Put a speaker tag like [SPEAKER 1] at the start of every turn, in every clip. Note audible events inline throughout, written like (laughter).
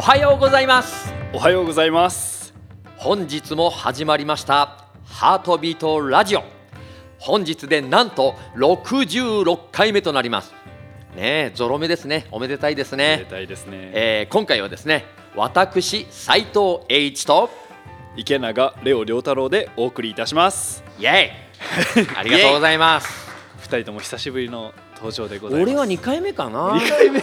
[SPEAKER 1] はようございます
[SPEAKER 2] おはようございます
[SPEAKER 1] 本日も始まりましたハートビートラジオ本日でなんと66回目となりますねえゾロ目ですねおめでたいです
[SPEAKER 2] めで
[SPEAKER 1] ね、
[SPEAKER 2] たいですね
[SPEAKER 1] えー今回はですね私斉藤栄一と
[SPEAKER 2] 池永レオ良太郎でお送りいたします
[SPEAKER 1] イエ (laughs) イありがとうございます
[SPEAKER 2] 二人とも久しぶりの登場でございます
[SPEAKER 1] 俺は2回目か (laughs) な
[SPEAKER 2] 二回目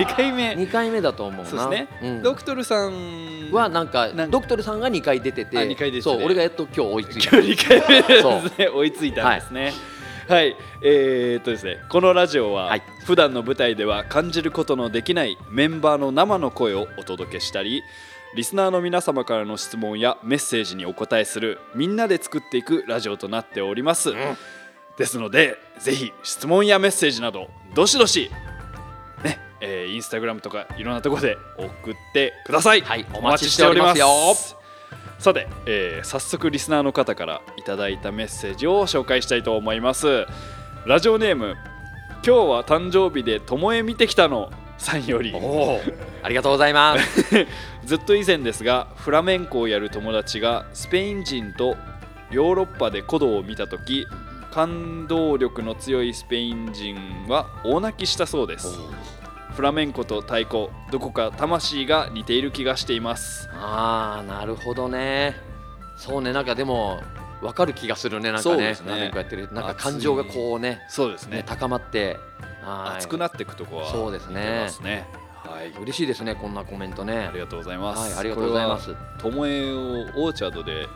[SPEAKER 2] 二回目
[SPEAKER 1] 2回目だと思うな
[SPEAKER 2] そうですね、
[SPEAKER 1] うん
[SPEAKER 2] ドクトルさん
[SPEAKER 1] はなんか
[SPEAKER 2] なんか
[SPEAKER 1] ドクトルさんが2回出て
[SPEAKER 2] あ
[SPEAKER 1] て
[SPEAKER 2] 二回です
[SPEAKER 1] そ
[SPEAKER 2] ね
[SPEAKER 1] う俺がやっと今日追いついた
[SPEAKER 2] 今日二回目で
[SPEAKER 1] そう
[SPEAKER 2] すね追いついたんですねはい、えー、っとですねこのラジオは、
[SPEAKER 1] はい
[SPEAKER 2] 普段の舞台では感じることのできないメンバーの生の声をお届けしたりリスナーの皆様からの質問やメッセージにお答えするみんなで作っていくラジオとなっております、ですのでぜひ質問やメッセージなどどしどしねえーインスタグラムとかいろんなところで送ってください、
[SPEAKER 1] はいお待ちしておりますよ
[SPEAKER 2] お待ちしておりますさて、えー早速リスナーの方からいただいたメッセージを紹介したいと思いますラジオネーム今日は誕生日でともえ見てきたのさんより
[SPEAKER 1] おおありがとうございます (laughs)
[SPEAKER 2] ずっと以前ですがフラメンコをやる友達がスペイン人とヨーロッパで古道を見た時感動力の強いスペイン人は大泣きしたそうですフラメンコと太鼓どこか魂が似ている気がしています
[SPEAKER 1] ああなるほどねそうねなんかでも分かる気がするねなんか
[SPEAKER 2] そう
[SPEAKER 1] ね
[SPEAKER 2] ですね
[SPEAKER 1] 何年かやってるなんか感情がこうね
[SPEAKER 2] そうです
[SPEAKER 1] ね高まってはい
[SPEAKER 2] 熱くなっていくとこは
[SPEAKER 1] そうですね
[SPEAKER 2] 似てますねはい
[SPEAKER 1] 嬉しいですねこんなコメントね
[SPEAKER 2] ありがとうございます、
[SPEAKER 1] はいありがとうございます
[SPEAKER 2] ともえをオーチャードで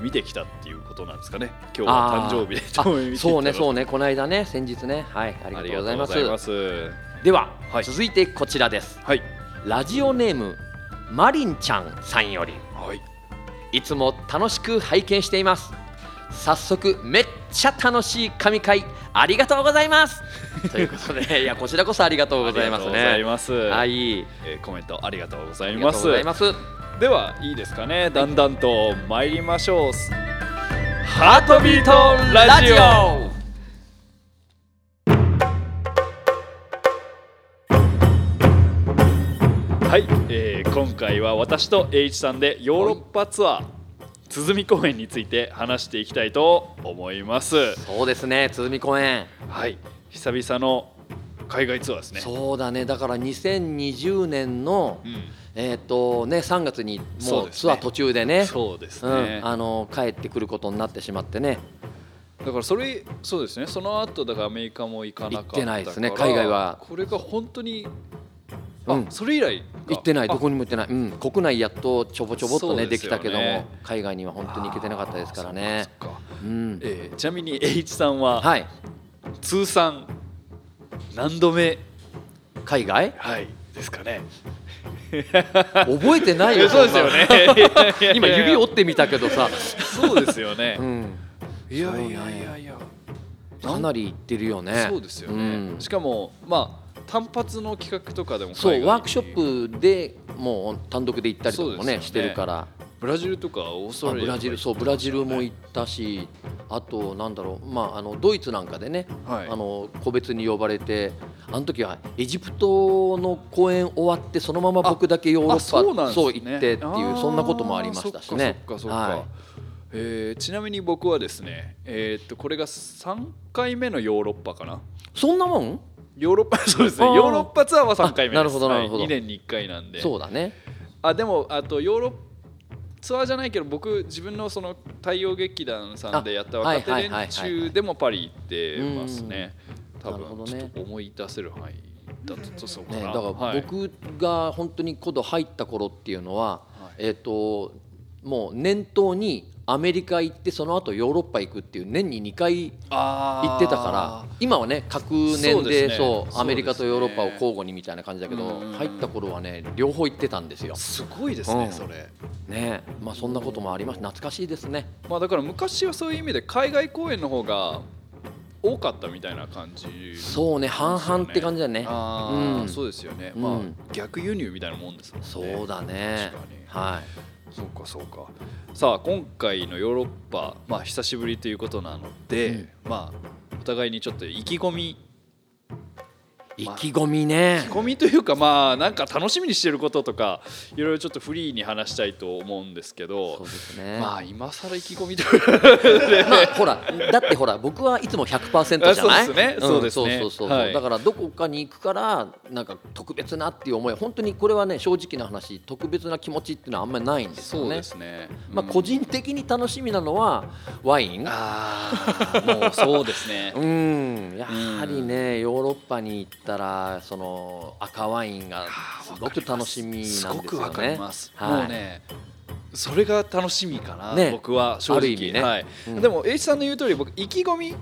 [SPEAKER 2] 見てきたっていうことなんですかね今日は誕生日で
[SPEAKER 1] あ
[SPEAKER 2] 巴見てきたの
[SPEAKER 1] そうねそうねこの間ね先日ねはいありがとうございます
[SPEAKER 2] ありがとうございます
[SPEAKER 1] では、
[SPEAKER 2] はい
[SPEAKER 1] 続いてこちらです
[SPEAKER 2] はい
[SPEAKER 1] ラジオネームマリンちゃんさんより
[SPEAKER 2] はい
[SPEAKER 1] いつも楽しく拝見しています早速めっちゃ楽しい神回ありがとうございます
[SPEAKER 2] (laughs)
[SPEAKER 1] ということでいやこちらこそありがとうございます
[SPEAKER 2] ありがとうござい
[SPEAKER 1] ね
[SPEAKER 2] ます
[SPEAKER 1] はい
[SPEAKER 2] えーコメントありがとうござ
[SPEAKER 1] あ
[SPEAKER 2] い
[SPEAKER 1] りが
[SPEAKER 2] ま
[SPEAKER 1] とう
[SPEAKER 2] す
[SPEAKER 1] ございます
[SPEAKER 2] ではいいですかねだんだんと参りましょうハートビートラジオはい、えー今回は私と栄一さんでヨーロッパツアー鼓公演について話していきたいと思います
[SPEAKER 1] そうですね鼓公園
[SPEAKER 2] はい久々の海外ツアーですね
[SPEAKER 1] そうだねだから2020年の、
[SPEAKER 2] うん
[SPEAKER 1] えーっとね3月に
[SPEAKER 2] そ
[SPEAKER 1] も
[SPEAKER 2] う
[SPEAKER 1] う
[SPEAKER 2] ですね
[SPEAKER 1] ツアー途中でね
[SPEAKER 2] そうです
[SPEAKER 1] う
[SPEAKER 2] ね
[SPEAKER 1] ん、、あの帰ってくることになってしまってね
[SPEAKER 2] だからそれそうですねその後だからアメリカも行かなかった
[SPEAKER 1] 行
[SPEAKER 2] から
[SPEAKER 1] ってないですね海外は
[SPEAKER 2] これが本当にあ、
[SPEAKER 1] うん
[SPEAKER 2] それ以来か
[SPEAKER 1] 行ってない
[SPEAKER 2] あ
[SPEAKER 1] どこにも行ってない、うん、国内やっとちょぼちょぼっとね
[SPEAKER 2] そうで
[SPEAKER 1] ですき
[SPEAKER 2] よね
[SPEAKER 1] たけども海外には本当に行けてなかったですからね
[SPEAKER 2] あーそっかそっか
[SPEAKER 1] うん
[SPEAKER 2] えーちなみに栄一さんは
[SPEAKER 1] はい
[SPEAKER 2] 通算何度目
[SPEAKER 1] 海
[SPEAKER 2] (laughs)
[SPEAKER 1] 外
[SPEAKER 2] はいですかね
[SPEAKER 1] 覚えて (laughs) ない
[SPEAKER 2] いや
[SPEAKER 1] よ
[SPEAKER 2] そうですよね
[SPEAKER 1] そんな今指
[SPEAKER 2] を
[SPEAKER 1] 折ってみたけどさ、
[SPEAKER 2] そうですよね
[SPEAKER 1] うん、
[SPEAKER 2] いやいやいやいや
[SPEAKER 1] かなり行ってるよね
[SPEAKER 2] そうですよ
[SPEAKER 1] う
[SPEAKER 2] ね
[SPEAKER 1] ん
[SPEAKER 2] しかもまあ単発の企画とかでも
[SPEAKER 1] そ
[SPEAKER 2] 海外
[SPEAKER 1] う
[SPEAKER 2] に
[SPEAKER 1] ワークショップでもう単独で行ったりとか
[SPEAKER 2] そ
[SPEAKER 1] も
[SPEAKER 2] うです
[SPEAKER 1] ね
[SPEAKER 2] よね
[SPEAKER 1] してるから
[SPEAKER 2] ブラジルとかオース
[SPEAKER 1] あ
[SPEAKER 2] トラリア
[SPEAKER 1] ブ
[SPEAKER 2] とか
[SPEAKER 1] ラジルそうブラジルも行ったしあとなんだろうまああのドイツなんかでね、
[SPEAKER 2] はい
[SPEAKER 1] あの個別に呼ばれてあの時はエジプトの公演終わってそのまま僕だけヨーロッ
[SPEAKER 2] あ
[SPEAKER 1] パ
[SPEAKER 2] そうなんですね
[SPEAKER 1] 行ってっていうそんなこともありましたしね。
[SPEAKER 2] あーそっかそっかそっか
[SPEAKER 1] はい
[SPEAKER 2] えーちなみに僕はですね、えーっとこれが3回目のヨーロッパかな
[SPEAKER 1] そんなもん
[SPEAKER 2] ヨーロッパ (laughs) そうですね
[SPEAKER 1] あー
[SPEAKER 2] ヨーロッパツアーは3回目です
[SPEAKER 1] あなるほどなるほど
[SPEAKER 2] 2年に1回なんで
[SPEAKER 1] そうだね。
[SPEAKER 2] あでもあとヨーロッパツアーじゃないけど僕自分のその太陽劇団さんでやった若手
[SPEAKER 1] あはいはい
[SPEAKER 2] 連
[SPEAKER 1] はいはい
[SPEAKER 2] 中でもパリ行ってますね
[SPEAKER 1] うん
[SPEAKER 2] 多
[SPEAKER 1] なるほど
[SPEAKER 2] 分ちょ
[SPEAKER 1] ね
[SPEAKER 2] っと思い出せる範囲だとそうか
[SPEAKER 1] ね
[SPEAKER 2] な、
[SPEAKER 1] だから
[SPEAKER 2] はい
[SPEAKER 1] 僕が本当に今度入った頃っていうのは、
[SPEAKER 2] はい
[SPEAKER 1] えっ、ともう念頭にアメリカ行ってその後ヨーロッパ行くっていう年に2回
[SPEAKER 2] あー
[SPEAKER 1] 行ってたから今はね各
[SPEAKER 2] そ
[SPEAKER 1] 年
[SPEAKER 2] うで
[SPEAKER 1] で
[SPEAKER 2] すね
[SPEAKER 1] そうアメリカ
[SPEAKER 2] そ
[SPEAKER 1] と
[SPEAKER 2] うで
[SPEAKER 1] ヨー
[SPEAKER 2] すね
[SPEAKER 1] ロッパを交互にみたいな感じだけど
[SPEAKER 2] うん
[SPEAKER 1] 入った頃はね両方行ってたんですよ。
[SPEAKER 2] すごいですね、
[SPEAKER 1] うん
[SPEAKER 2] それ
[SPEAKER 1] ねまあそんなこともあります懐かしいですね。
[SPEAKER 2] まあだから昔はそういう意味で海外公演の方が多かったみたいな感じ
[SPEAKER 1] そうね半々って感じだね。
[SPEAKER 2] ああ、
[SPEAKER 1] うん
[SPEAKER 2] そうですよね、
[SPEAKER 1] うん
[SPEAKER 2] まあ逆輸入みたいなもんですもんね
[SPEAKER 1] そうだね
[SPEAKER 2] 確かに。
[SPEAKER 1] はい。
[SPEAKER 2] そうかそうかさあ今回のヨーロッパまあ久しぶりということなので、まあお互いにちょっと意気込み
[SPEAKER 1] 意気込みね
[SPEAKER 2] 込みというかまあなんか楽しみにしてることとかいろいろちょっとフリーに話したいと思うんですけ
[SPEAKER 1] そう
[SPEAKER 2] ど
[SPEAKER 1] ですね
[SPEAKER 2] まあ今更意気込みと
[SPEAKER 1] まあほらだってほら僕はいつも100%じゃない
[SPEAKER 2] あそうですね
[SPEAKER 1] ん
[SPEAKER 2] そうですね
[SPEAKER 1] そうそうそうそう
[SPEAKER 2] はい
[SPEAKER 1] だからどこかに行くからなんか特別なっていう思い本当にこれはね正直な話特別な気持ちっていうのはあんまりないんですよ
[SPEAKER 2] そう
[SPEAKER 1] ね
[SPEAKER 2] ですね。
[SPEAKER 1] まあ
[SPEAKER 2] うん
[SPEAKER 1] 個人的に楽しみなのはワイン
[SPEAKER 2] ああもうそうですね
[SPEAKER 1] う。んやはりねヨーロッパに行ったらその赤ワインがすごく楽しみなんですよね
[SPEAKER 2] すごくわかります。
[SPEAKER 1] はい
[SPEAKER 2] もうね。それが楽しみかな、
[SPEAKER 1] ね
[SPEAKER 2] 僕は正
[SPEAKER 1] ある
[SPEAKER 2] 直
[SPEAKER 1] 意味ね
[SPEAKER 2] はい
[SPEAKER 1] うん
[SPEAKER 2] でも H さんの言う通り僕意気込み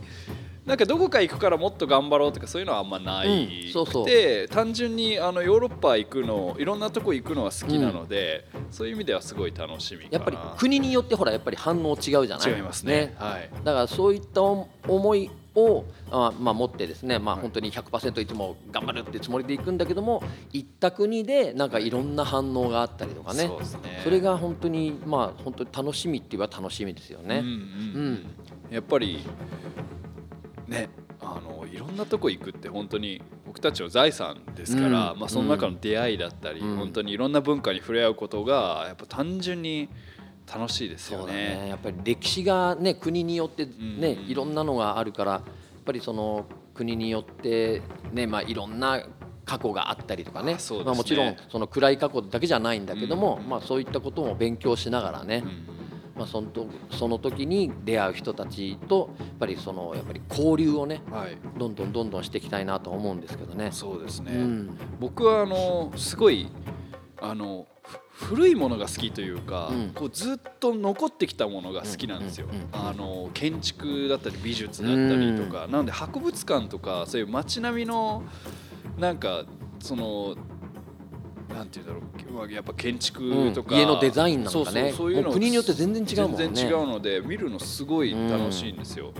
[SPEAKER 2] なんかどこか行くからもっと頑張ろうとかそういうのはあんまない、
[SPEAKER 1] うんそうそう
[SPEAKER 2] で単純にあのヨーロッパ行くのいろんなとこ行くのは好きなので、そういう意味ではすごい楽しみかな
[SPEAKER 1] やっぱり国によってほらやっぱり反応違うじゃない
[SPEAKER 2] 違いますねはい、
[SPEAKER 1] だからそういった思いをあまあ、持ってですね、まあ、
[SPEAKER 2] はい
[SPEAKER 1] 本当に100%いつも頑張るってつもりでいくんだけども行った国でなんかいろんな反応があったりとかね
[SPEAKER 2] そうですね
[SPEAKER 1] それが本当にまあ本当に楽しみって言えば楽しみですよ
[SPEAKER 2] うん
[SPEAKER 1] ね。
[SPEAKER 2] うんうんやっぱりねあのいろんなとこ行くって本当に僕たちの財産ですから、
[SPEAKER 1] うん
[SPEAKER 2] まあ、その中の出会いだったり、
[SPEAKER 1] うん
[SPEAKER 2] 本当にいろんな文化に触れ合うことがやっぱ単純に楽しいです
[SPEAKER 1] そう
[SPEAKER 2] よ
[SPEAKER 1] だ
[SPEAKER 2] ね。
[SPEAKER 1] ねやっぱり歴史がね国によってね、
[SPEAKER 2] うん
[SPEAKER 1] いろんなのがあるからやっぱりその国によってねまあいろんな過去があったりとかね
[SPEAKER 2] あそうですね
[SPEAKER 1] まあ、もちろんその暗い過去だけじゃないんだけども、
[SPEAKER 2] うん
[SPEAKER 1] まあ、そういったことも勉強しながらね、
[SPEAKER 2] うん
[SPEAKER 1] まあ、そのとその時に出会う人たちとやっぱりそのやっぱり交流をね
[SPEAKER 2] はい、
[SPEAKER 1] どんどんどんどんしていきたいなと思うんですけどね。
[SPEAKER 2] そうですね、
[SPEAKER 1] うん
[SPEAKER 2] 僕はあのすごいあのふ古いものが好きというか、
[SPEAKER 1] うん
[SPEAKER 2] こうずっと残ってきたものが好きなんですよ。
[SPEAKER 1] うんうんうん
[SPEAKER 2] あの建築だったり美術だったりとか、なので博物館とかそういう街並みのなんかそのなんていうんだろうまあやっぱ建築とか、
[SPEAKER 1] うん家のデザインなんかね
[SPEAKER 2] そうそうそういうの
[SPEAKER 1] もう国によって全然違うもんね
[SPEAKER 2] 全然違うので見るのすごい楽しいんですよ。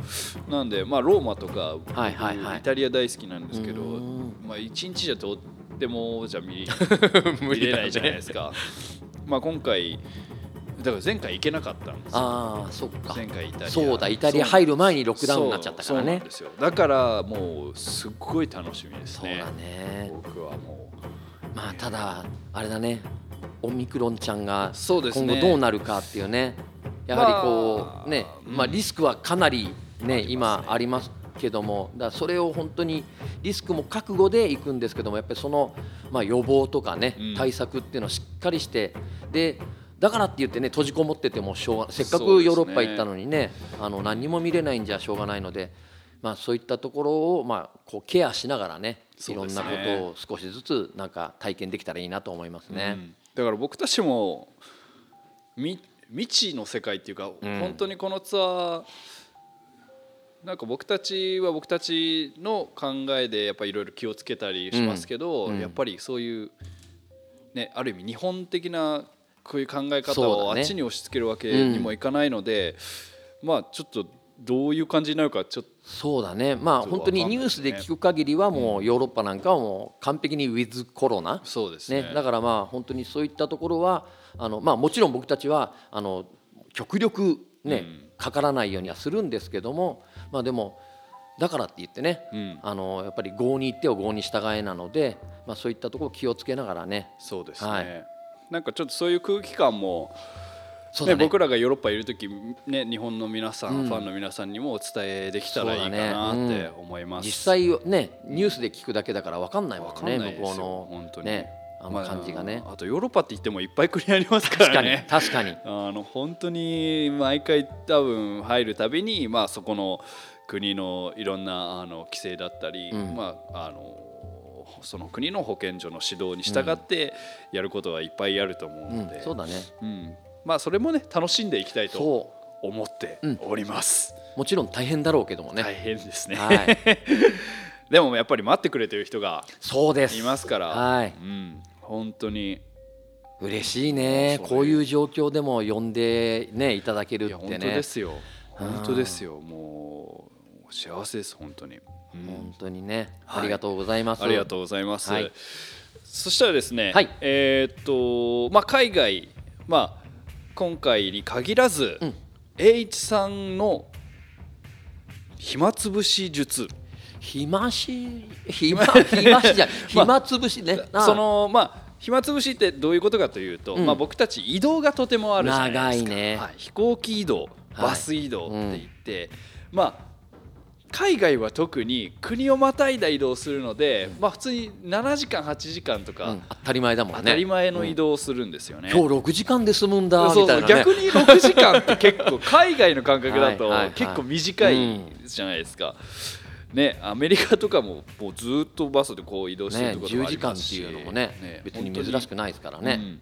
[SPEAKER 2] なんでまあローマとか、
[SPEAKER 1] はいはいはい
[SPEAKER 2] イタリア大好きなんですけど、 (laughs)
[SPEAKER 1] うん
[SPEAKER 2] まあ、1日じゃどうでもじゃ見
[SPEAKER 1] (laughs) 無
[SPEAKER 2] 見
[SPEAKER 1] 理
[SPEAKER 2] れ
[SPEAKER 1] だね
[SPEAKER 2] ないじゃないですか。まあ今回だから前回行けなかったんですよ
[SPEAKER 1] ああそっか
[SPEAKER 2] 前回イタリア
[SPEAKER 1] そうだイタリア
[SPEAKER 2] そう
[SPEAKER 1] 入る前にロックダウンになっちゃったから
[SPEAKER 2] そうそうな
[SPEAKER 1] ね
[SPEAKER 2] んですよだからもうすっごい楽しみです
[SPEAKER 1] そう
[SPEAKER 2] ね
[SPEAKER 1] だね
[SPEAKER 2] 僕はもう
[SPEAKER 1] まあただあれだねオミクロンちゃんが
[SPEAKER 2] そうです
[SPEAKER 1] 今
[SPEAKER 2] ね
[SPEAKER 1] 後どうなるかっていうねやはりこ
[SPEAKER 2] まあ
[SPEAKER 1] うね
[SPEAKER 2] うん
[SPEAKER 1] まあリスクはかなりね今ありますけどもだからそれを本当にリスクも覚悟でいくんですけどもやっぱりそのまあ予防とかね
[SPEAKER 2] うん
[SPEAKER 1] 対策っていうのをしっかりしてでだからって言ってね閉じこもっててもしょうがせっかく
[SPEAKER 2] そうですね
[SPEAKER 1] ヨーロッパ行ったのにねあの何にも見れないんじゃしょうがないので、まあ、そういったところを、まあ、こうケアしながらねい
[SPEAKER 2] そう
[SPEAKER 1] ろ
[SPEAKER 2] で
[SPEAKER 1] ん
[SPEAKER 2] すね
[SPEAKER 1] なことを少しずつなんか体験できたらいいなと思いますね
[SPEAKER 2] う。んだから僕たちもみ未知の世界っていうか、
[SPEAKER 1] うん
[SPEAKER 2] 本当にこのツアーなんか僕たちは僕たちの考えでやっぱりいろいろ気をつけたりしますけど、
[SPEAKER 1] うんうん
[SPEAKER 2] やっぱりそういう、ね、ある意味日本的なこういう考え方
[SPEAKER 1] そう
[SPEAKER 2] を
[SPEAKER 1] だ
[SPEAKER 2] あ
[SPEAKER 1] ね
[SPEAKER 2] っちに押し付けるわけにもいかないので、まあちょっとどういう感じになるかちょっと
[SPEAKER 1] そうだね、まあ、
[SPEAKER 2] そうわ
[SPEAKER 1] 本
[SPEAKER 2] か
[SPEAKER 1] 当
[SPEAKER 2] んない
[SPEAKER 1] に
[SPEAKER 2] ね
[SPEAKER 1] ニュースで聞く限りはもうヨーロッパなんかはもう完璧にウィズコロナ、
[SPEAKER 2] そうですね
[SPEAKER 1] ね、だからまあ本当にそういったところはあの、まあ、もちろん僕たちはあの極力、ね
[SPEAKER 2] うん
[SPEAKER 1] かからないようにはするんですけども、まあ、でもだからって言ってね
[SPEAKER 2] うん、
[SPEAKER 1] あのやっぱり郷に行っては郷に従えなので、まあ、そういったところ気をつけながらね
[SPEAKER 2] そうですね、
[SPEAKER 1] はい
[SPEAKER 2] なんかちょっとそういう空気感も
[SPEAKER 1] そう
[SPEAKER 2] ね
[SPEAKER 1] だね
[SPEAKER 2] 僕らがヨーロッパいる時、ね、日本の皆さん、
[SPEAKER 1] うん
[SPEAKER 2] ファンの皆さんにもお伝えできたらいいかな
[SPEAKER 1] そうだ
[SPEAKER 2] っ
[SPEAKER 1] ね
[SPEAKER 2] て思います。
[SPEAKER 1] 実際ねニュースで聞くだけだから分かんないも
[SPEAKER 2] わ
[SPEAKER 1] ん
[SPEAKER 2] かんな
[SPEAKER 1] ね
[SPEAKER 2] いですよ
[SPEAKER 1] 向こ
[SPEAKER 2] 本
[SPEAKER 1] う
[SPEAKER 2] 当
[SPEAKER 1] の、
[SPEAKER 2] に
[SPEAKER 1] ね、あの
[SPEAKER 2] ま
[SPEAKER 1] 感じがね。
[SPEAKER 2] あとヨーロッパって言ってもいっぱい国ありますか
[SPEAKER 1] 確からに
[SPEAKER 2] ね。
[SPEAKER 1] 確かに
[SPEAKER 2] あの本当に毎回多分入るたびに、まあ、そこの国のいろんなあの規制だったり、
[SPEAKER 1] うん
[SPEAKER 2] まあ、あのその国の保健所の指導に従ってやることはいっぱいあると思う
[SPEAKER 1] う
[SPEAKER 2] の
[SPEAKER 1] ん
[SPEAKER 2] で、、
[SPEAKER 1] そうだね
[SPEAKER 2] うんまあ、それもね楽しんでいきたいと
[SPEAKER 1] そう
[SPEAKER 2] 思って
[SPEAKER 1] うん
[SPEAKER 2] おります。
[SPEAKER 1] もちろん大変だろうけどもね。
[SPEAKER 2] 大変ですね、
[SPEAKER 1] はい、
[SPEAKER 2] でもやっぱり待ってくれてる人が
[SPEAKER 1] そうです。
[SPEAKER 2] います (laughs) から、
[SPEAKER 1] はい
[SPEAKER 2] うん、本当に
[SPEAKER 1] 嬉しいね
[SPEAKER 2] そ。れ
[SPEAKER 1] こういう状況でも呼んでねいただける
[SPEAKER 2] い
[SPEAKER 1] っ
[SPEAKER 2] や本
[SPEAKER 1] て
[SPEAKER 2] 当
[SPEAKER 1] ね。
[SPEAKER 2] ですよ本当ですよもう幸せです本当に、うん
[SPEAKER 1] 本当にね、
[SPEAKER 2] はい
[SPEAKER 1] ありがとうございます。
[SPEAKER 2] ありがとうございます、
[SPEAKER 1] はい
[SPEAKER 2] そしたらですね、
[SPEAKER 1] はい
[SPEAKER 2] えーっとまあ海外まあ今回に限らず、
[SPEAKER 1] うん
[SPEAKER 2] H さんの暇つぶし術
[SPEAKER 1] う。暇
[SPEAKER 2] (laughs)
[SPEAKER 1] し暇暇しじゃない暇つぶしね、ああ
[SPEAKER 2] そのまあ暇つぶしってどういうことかというと、
[SPEAKER 1] うん
[SPEAKER 2] まあ、僕たち移動がとてもあるじゃないですか
[SPEAKER 1] 長いね
[SPEAKER 2] はい飛行機移動
[SPEAKER 1] はい
[SPEAKER 2] バス移動って言って、まあ海外は特に国をまたいだ移動をするので、まあ、普通に7時間8時間と
[SPEAKER 1] う
[SPEAKER 2] か
[SPEAKER 1] ん当たり前だもんね
[SPEAKER 2] 当たり前の移動をするんですよね。
[SPEAKER 1] 今日6時間で済むんだみた
[SPEAKER 2] そ
[SPEAKER 1] いう
[SPEAKER 2] そ
[SPEAKER 1] な、
[SPEAKER 2] う
[SPEAKER 1] ね、
[SPEAKER 2] 逆に6時間って結構海外の感覚だと
[SPEAKER 1] はいはいはい
[SPEAKER 2] 結構短いじゃないですか。ね、アメリカとかももうずっとバスでこう移動してる
[SPEAKER 1] ね
[SPEAKER 2] ところ
[SPEAKER 1] 10
[SPEAKER 2] もあ
[SPEAKER 1] 時
[SPEAKER 2] り
[SPEAKER 1] 間
[SPEAKER 2] ま
[SPEAKER 1] っ
[SPEAKER 2] す
[SPEAKER 1] て
[SPEAKER 2] し、
[SPEAKER 1] いうのもね別に珍しく
[SPEAKER 2] 本
[SPEAKER 1] ないですから
[SPEAKER 2] 当に
[SPEAKER 1] ね、
[SPEAKER 2] うん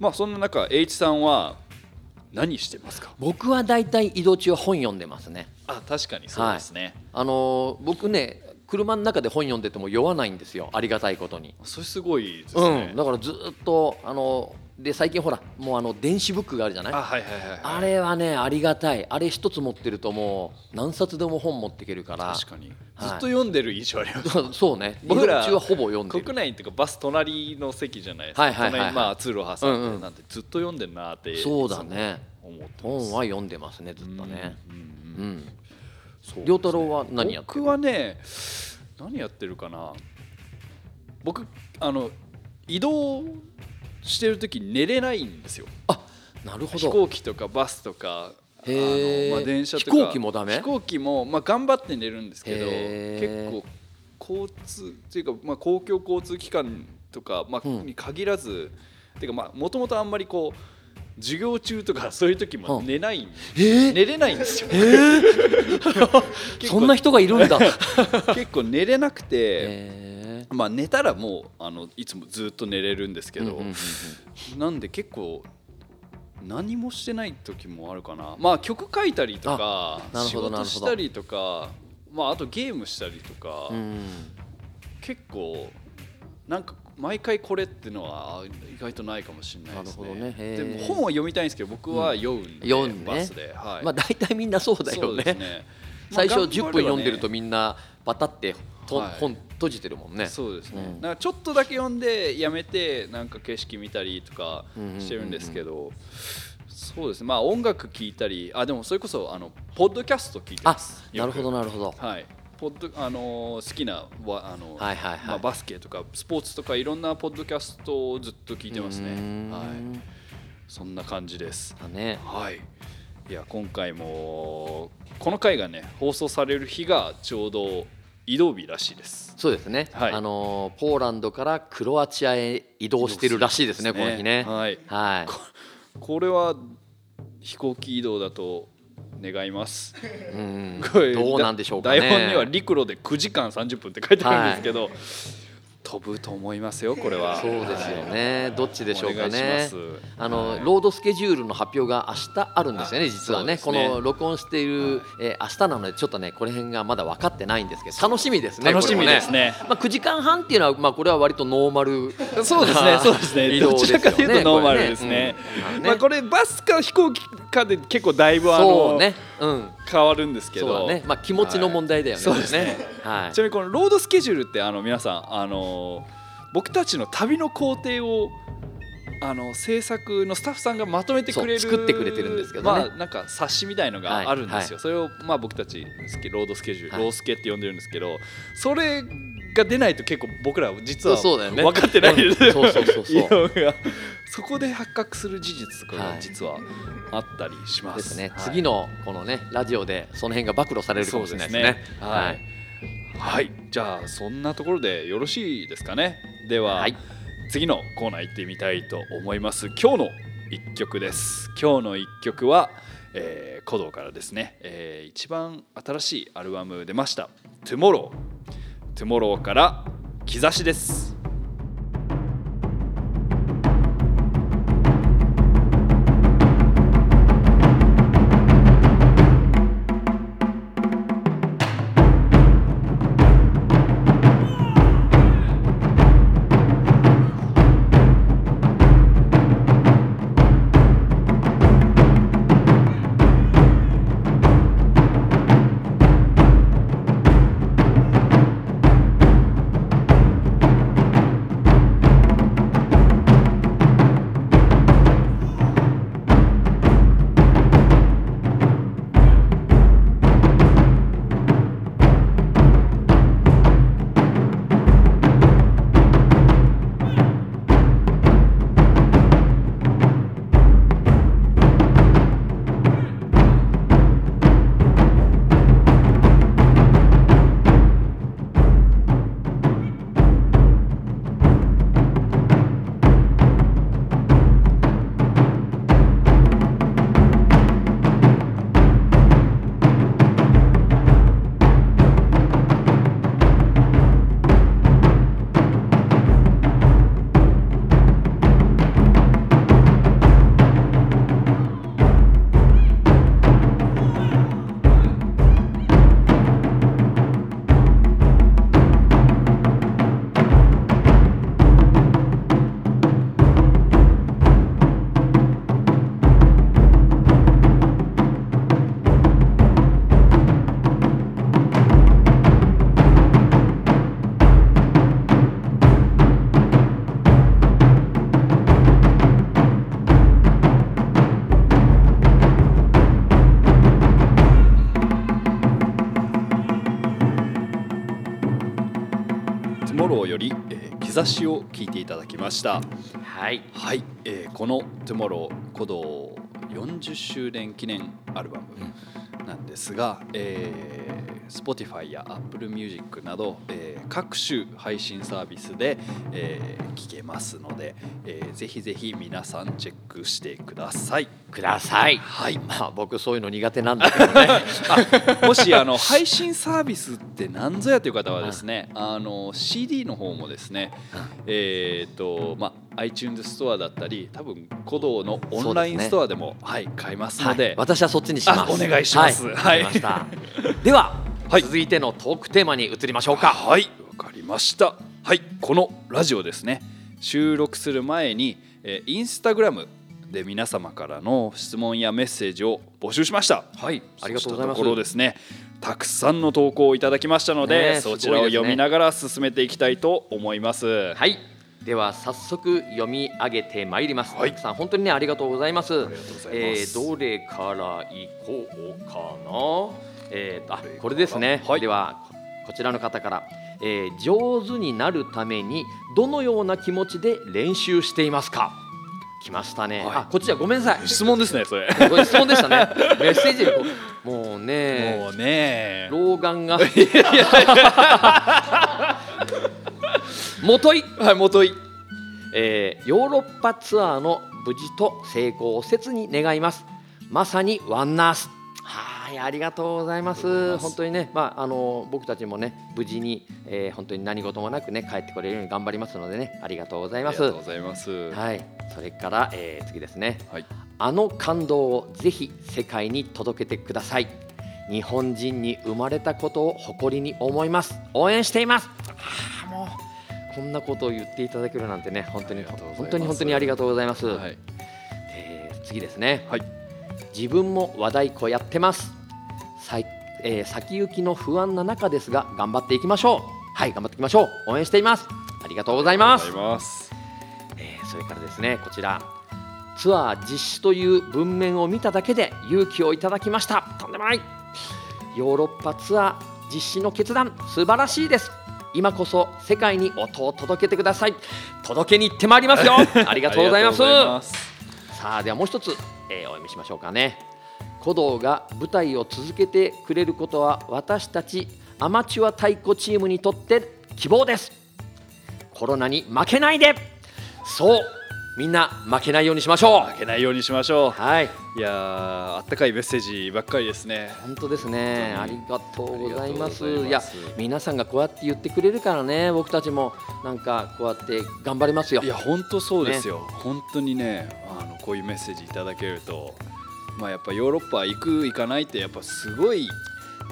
[SPEAKER 2] まあそんな中 H さんは何してますか
[SPEAKER 1] 僕は大体移動中は本読んでますね
[SPEAKER 2] あ確かにそうですね、
[SPEAKER 1] あのー僕ね車の中で本読んでても酔わないんですよありがたいことに、
[SPEAKER 2] それすごいです
[SPEAKER 1] う
[SPEAKER 2] ね、
[SPEAKER 1] ん、だからずっとあのーで最近ほらもうあの電子ブックがあるじゃない
[SPEAKER 2] あはいはいはい、はい、
[SPEAKER 1] あれはねありがたいあれ一つ持ってるともう何冊でも本持っていけるから
[SPEAKER 2] 確かにずっと読んでる印象あります、
[SPEAKER 1] そう (laughs) そうね僕
[SPEAKER 2] 僕ら
[SPEAKER 1] ら中はほぼ読んでる
[SPEAKER 2] 国内っていうかバス隣の席じゃないですか、
[SPEAKER 1] はいはいはいはい
[SPEAKER 2] 隣まあ通路挟んで、
[SPEAKER 1] うんうん
[SPEAKER 2] なんてずっと読んでんなって
[SPEAKER 1] そうだね
[SPEAKER 2] 思ってます
[SPEAKER 1] 本は読んでますねずっとね
[SPEAKER 2] うんうん
[SPEAKER 1] う
[SPEAKER 2] うん
[SPEAKER 1] ん
[SPEAKER 2] そう
[SPEAKER 1] 良太郎は何やってる
[SPEAKER 2] 僕はね何やってるかな僕あの移動してる時寝れないんですよ
[SPEAKER 1] なるほ
[SPEAKER 2] 飛
[SPEAKER 1] ど
[SPEAKER 2] 行機とかバスとかあ
[SPEAKER 1] へー
[SPEAKER 2] の、まあ、電車とか
[SPEAKER 1] 飛行機もダメ
[SPEAKER 2] 飛行機も、まあ、頑張って寝るんですけど
[SPEAKER 1] へー
[SPEAKER 2] 結構交通っていうか、まあ、公共交通機関とか、まあ
[SPEAKER 1] うん
[SPEAKER 2] に限らずっていうかもともとあんまりこう授業中とかそういう時も
[SPEAKER 1] うん
[SPEAKER 2] 寝ない、
[SPEAKER 1] えー
[SPEAKER 2] 寝れないんですよ。
[SPEAKER 1] (laughs)
[SPEAKER 2] 結構
[SPEAKER 1] そんな人がいるん
[SPEAKER 2] (laughs)
[SPEAKER 1] だ
[SPEAKER 2] 結構寝れなくて、
[SPEAKER 1] えー
[SPEAKER 2] まあ、寝たらもうあのいつもずっと寝れるんですけど、
[SPEAKER 1] うんうんうんうん
[SPEAKER 2] なんで結構何もしてない時もあるかなまあ曲書いたりとか
[SPEAKER 1] あなる
[SPEAKER 2] 仕
[SPEAKER 1] ほど
[SPEAKER 2] 事したりとかまああとゲームしたりとか、
[SPEAKER 1] うん
[SPEAKER 2] 結構なんか毎回これっていうのは意外とないかもしれないですね
[SPEAKER 1] なるほどねへ
[SPEAKER 2] で
[SPEAKER 1] ー
[SPEAKER 2] も本は読みたいんですけど僕は酔うん
[SPEAKER 1] う
[SPEAKER 2] で、
[SPEAKER 1] ん酔うんね
[SPEAKER 2] バスで、はい
[SPEAKER 1] まあ大体みんなそうだ
[SPEAKER 2] そ
[SPEAKER 1] よ
[SPEAKER 2] う
[SPEAKER 1] ね
[SPEAKER 2] ですね
[SPEAKER 1] (laughs) 最初
[SPEAKER 2] まあ
[SPEAKER 1] 10分読んでると
[SPEAKER 2] 頑張ればね
[SPEAKER 1] みんなパタってと、
[SPEAKER 2] はい
[SPEAKER 1] 本閉じてるもんね
[SPEAKER 2] そうですね、
[SPEAKER 1] うん
[SPEAKER 2] なんかちょっとだけ読んでやめてなんか景色見たりとかしてるんですけど、そうですねまあ音楽聴いたりあでもそれこそあのポッドキャスト聞いて
[SPEAKER 1] あ
[SPEAKER 2] ます
[SPEAKER 1] なるほど
[SPEAKER 2] よ
[SPEAKER 1] なるほど
[SPEAKER 2] くはいポッドあのー好きなわあのー、
[SPEAKER 1] はいはいはい
[SPEAKER 2] まあ、バスケとかスポーツとかいろんなポッドキャストをずっと聞いてますね
[SPEAKER 1] うーん
[SPEAKER 2] はいそんな感じです
[SPEAKER 1] だね
[SPEAKER 2] はいいや今回もこの回がね放送される日がちょうど移動日らしいです
[SPEAKER 1] そうですね、
[SPEAKER 2] はい
[SPEAKER 1] あのーポーランドからクロアチアへ移動してるらしいですね、この日ね。はい、
[SPEAKER 2] はい。これは飛行機移動だと願います。 (laughs)
[SPEAKER 1] うん
[SPEAKER 2] これ
[SPEAKER 1] どうなんでしょうかね。
[SPEAKER 2] だ台本には陸路で9時間30分って書いてあるんですけど、飛ぶと思いますよ。これは。
[SPEAKER 1] そうですよね、どっち
[SPEAKER 2] はい。
[SPEAKER 1] でしょうか
[SPEAKER 2] お願い
[SPEAKER 1] ね
[SPEAKER 2] し。ます
[SPEAKER 1] あの、
[SPEAKER 2] はい
[SPEAKER 1] ロードスケジュールの発表が明日あるんですよね、
[SPEAKER 2] あ
[SPEAKER 1] 実はね
[SPEAKER 2] そ
[SPEAKER 1] こ
[SPEAKER 2] うですね
[SPEAKER 1] の録音している、えー明日なので、ちょっとね、この辺がまだ分かってないんですけど、楽しみですね、
[SPEAKER 2] 楽しみです
[SPEAKER 1] これも
[SPEAKER 2] ね。
[SPEAKER 1] まあ、9時間半っていうのは、まあ、これは割とノーマル
[SPEAKER 2] そうですね、そうですね。
[SPEAKER 1] 移動
[SPEAKER 2] ど
[SPEAKER 1] です
[SPEAKER 2] ち
[SPEAKER 1] よ
[SPEAKER 2] ら
[SPEAKER 1] ね
[SPEAKER 2] かというとノーマルですね。
[SPEAKER 1] これねうん
[SPEAKER 2] まあこれバスか飛行機かで結構だいぶあ
[SPEAKER 1] そう
[SPEAKER 2] の、
[SPEAKER 1] ね、うん、
[SPEAKER 2] 変わるんですけど。
[SPEAKER 1] そうだね、まあ、気持ちの問題だよね、
[SPEAKER 2] はいそうですね
[SPEAKER 1] これねはい
[SPEAKER 2] ちなみにこのロードスケジュールってあの皆さんあの僕たちの旅の工程をあの制作のスタッフさんがまとめてくれる
[SPEAKER 1] そう作ってくれてるんですけどね
[SPEAKER 2] まあ、なんか冊子みたいのがあるんですよ、それをまあ僕たちスケロードスケジュール、
[SPEAKER 1] はい
[SPEAKER 2] ロースケって呼んでるんですけどそれが出ないと結構僕ら実は
[SPEAKER 1] そうだよね
[SPEAKER 2] 分かってない
[SPEAKER 1] うん
[SPEAKER 2] です
[SPEAKER 1] そうそうそうそう
[SPEAKER 2] 色がそこで発覚する事実とか
[SPEAKER 1] は
[SPEAKER 2] が
[SPEAKER 1] い
[SPEAKER 2] 実はあったりします。
[SPEAKER 1] ですね、
[SPEAKER 2] はい
[SPEAKER 1] 次のこのねラジオでその辺が暴露されるかもしれないですね。
[SPEAKER 2] そうはい。はい、じゃあそんなところでよろしいですかね。では、
[SPEAKER 1] はい
[SPEAKER 2] 次のコーナー行ってみたいと思います。今日の一曲です。今日の一曲は、えー、古道からですね、えー、一番新しいアルバム出ました。Tomorrow。Tomorrow から兆しです。より、えー、兆しを聞いていただきました
[SPEAKER 1] はい
[SPEAKER 2] はい、えーこの「TOMORROW」鼓動40周年記念アルバムなんですが、えー Spotify や Apple Music など、えー各種配信サービスで、えー聞けますので、えーぜひぜひ皆さんチェックしてください。
[SPEAKER 1] ください
[SPEAKER 2] はい、
[SPEAKER 1] まあ僕そういうの苦手なんだけどね
[SPEAKER 2] もしあの配信サービスって何ぞやという方はですね、あの CD の方もですね、えっ、とまあ iTunes ストアだったり、多分鼓動のオンライ
[SPEAKER 1] そうです
[SPEAKER 2] ン
[SPEAKER 1] ね
[SPEAKER 2] ストアでもはい買えます
[SPEAKER 1] は
[SPEAKER 2] の
[SPEAKER 1] い
[SPEAKER 2] で、
[SPEAKER 1] 私はそっちにします
[SPEAKER 2] あお願いします
[SPEAKER 1] はい、わか
[SPEAKER 2] は
[SPEAKER 1] り
[SPEAKER 2] い
[SPEAKER 1] ましたでは、
[SPEAKER 2] はい
[SPEAKER 1] 続いてのトークテーマに移りましょうか
[SPEAKER 2] はい、わかりました。はい、このラジオですね、収録する前に、えー、インスタグラムで皆様からの質問やメッセージを募集しました。
[SPEAKER 1] はいありがとうございます
[SPEAKER 2] そしたところですね。たくさんの投稿をいただきましたので、
[SPEAKER 1] ねえ
[SPEAKER 2] そちらを読みながら進めていきたいと思います。はい、
[SPEAKER 1] はいでは早速読み上げてまいります、
[SPEAKER 2] はい
[SPEAKER 1] たくさん本当にねありがとうございます
[SPEAKER 2] ありがとうございます
[SPEAKER 1] えーどれからいこうかなえーとあ
[SPEAKER 2] どれから
[SPEAKER 1] これですね、
[SPEAKER 2] はい
[SPEAKER 1] ではここちらの方から、えー上手になるためにどのような気持ちで練習していますか来ましたね、
[SPEAKER 2] はい
[SPEAKER 1] あこっちはごめんなさい
[SPEAKER 2] 質問ですね、それ。
[SPEAKER 1] これ質問でしたねメッセージにこうもうね
[SPEAKER 2] もうね。
[SPEAKER 1] 老眼がもとい
[SPEAKER 2] はい、元い。
[SPEAKER 1] えーヨーロッパツアーの無事と成功を切に願いますまさにワンナースはいありがとうございま
[SPEAKER 2] ありがとうござい
[SPEAKER 1] す
[SPEAKER 2] ます
[SPEAKER 1] 本当にねまああの僕たちもね無事に、えー本当に何事もなくね帰ってこれるように頑張りますのでねありがとうござい
[SPEAKER 2] あ
[SPEAKER 1] ま
[SPEAKER 2] りが
[SPEAKER 1] す
[SPEAKER 2] とうございます。
[SPEAKER 1] はいそれから、えー次ですね
[SPEAKER 2] はい。
[SPEAKER 1] あの感動をぜひ世界に届けてください日本人に生まれたことを誇りに思います応援していますあーもうこんなことを言っていただけるなんてね本当に
[SPEAKER 2] ありがとうございます
[SPEAKER 1] 本当に本当にありがとうございます、
[SPEAKER 2] はい。
[SPEAKER 1] えー次ですね
[SPEAKER 2] はい。
[SPEAKER 1] 自分も和太鼓やってますさい、えー先行きの不安な中ですが頑張っていきましょうはい頑張っていきましょう応援していますありがとうございます
[SPEAKER 2] ありがとうございます。
[SPEAKER 1] えーそれからですねこちらツアー実施という文面を見ただけで勇気をいただきましたとんでもないヨーロッパツアー実施の決断素晴らしいです今こそ世界に音を届けてください届けに行ってまいり
[SPEAKER 2] (laughs)
[SPEAKER 1] ますよありがとうございます
[SPEAKER 2] ありがとうございます
[SPEAKER 1] さあではもう一つ、えーお読みしましょうかね鼓動が舞台を続けてくれることは私たちアマチュア太鼓チームにとって希望ですコロナに負けないでそうみんな負けないようにしましょ
[SPEAKER 2] 負けないようにしましょ。
[SPEAKER 1] うはいう
[SPEAKER 2] いやー、あったかいメッセージばっかりですね。
[SPEAKER 1] 本当ですねあ
[SPEAKER 2] 本当
[SPEAKER 1] り
[SPEAKER 2] に
[SPEAKER 1] がとうございます
[SPEAKER 2] ありがとう
[SPEAKER 1] い
[SPEAKER 2] ござい
[SPEAKER 1] や
[SPEAKER 2] ます
[SPEAKER 1] 皆さんがこうやって言ってくれるからね僕たちもなんかこうやって頑張りますよ
[SPEAKER 2] いや本当そうですよ、本当にねあのこういうメッセージいただけるとまあやっぱヨーロッパ行く行かないってやっぱすごい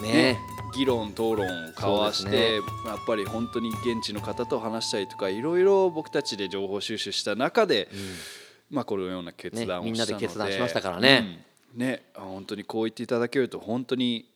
[SPEAKER 2] ね
[SPEAKER 1] ね
[SPEAKER 2] 議論討論を交わし
[SPEAKER 1] そうで
[SPEAKER 2] て、やっぱり本当に現地の方と話したりとかいろいろ僕たちで情報収集した中で、まあこのような決断を
[SPEAKER 1] ねみん
[SPEAKER 2] し
[SPEAKER 1] な
[SPEAKER 2] たの
[SPEAKER 1] で
[SPEAKER 2] で、
[SPEAKER 1] 決断しましたからね、
[SPEAKER 2] うんねあ本当にこう言っていただけると本当に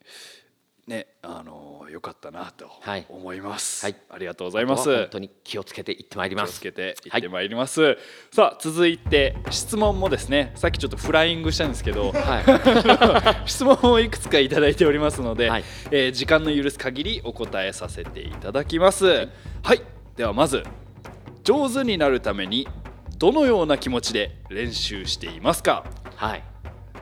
[SPEAKER 2] ねあの良かったなと
[SPEAKER 1] はい
[SPEAKER 2] 思います、
[SPEAKER 1] はい
[SPEAKER 2] ありがとうござい
[SPEAKER 1] あと
[SPEAKER 2] ま
[SPEAKER 1] は
[SPEAKER 2] す。
[SPEAKER 1] 本当に気をつけていってまいりま
[SPEAKER 2] 気をつ
[SPEAKER 1] す
[SPEAKER 2] けていってまいります、さあ続いて質問もですねさっきちょっとフライングしたんです
[SPEAKER 1] (laughs)
[SPEAKER 2] けど
[SPEAKER 1] はい、
[SPEAKER 2] 質問をいくつかいただいておりますので、
[SPEAKER 1] はい
[SPEAKER 2] えー時間の許す限りお答えさせていただきますはい、ではまず上手になるためにどのような気持ちで練習していますか
[SPEAKER 1] はい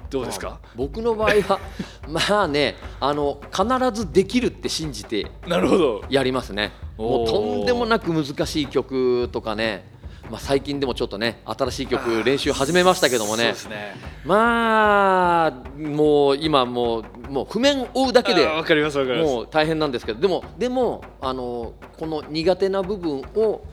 [SPEAKER 2] どうですか
[SPEAKER 1] 僕の場合は (laughs) まあねあの必ずできるって信じて
[SPEAKER 2] なるほど
[SPEAKER 1] やりますねも
[SPEAKER 2] お
[SPEAKER 1] う
[SPEAKER 2] ー
[SPEAKER 1] とんでもなく難しい曲とかね、まあ、最近でもちょっとね新しい曲練習始めましたけども
[SPEAKER 2] そう
[SPEAKER 1] ね
[SPEAKER 2] ですね
[SPEAKER 1] まあもう今もうもう譜面を追うだけで
[SPEAKER 2] あーわかりますわかります
[SPEAKER 1] もう大変なんですけどでもでもあのこの苦手な部分を、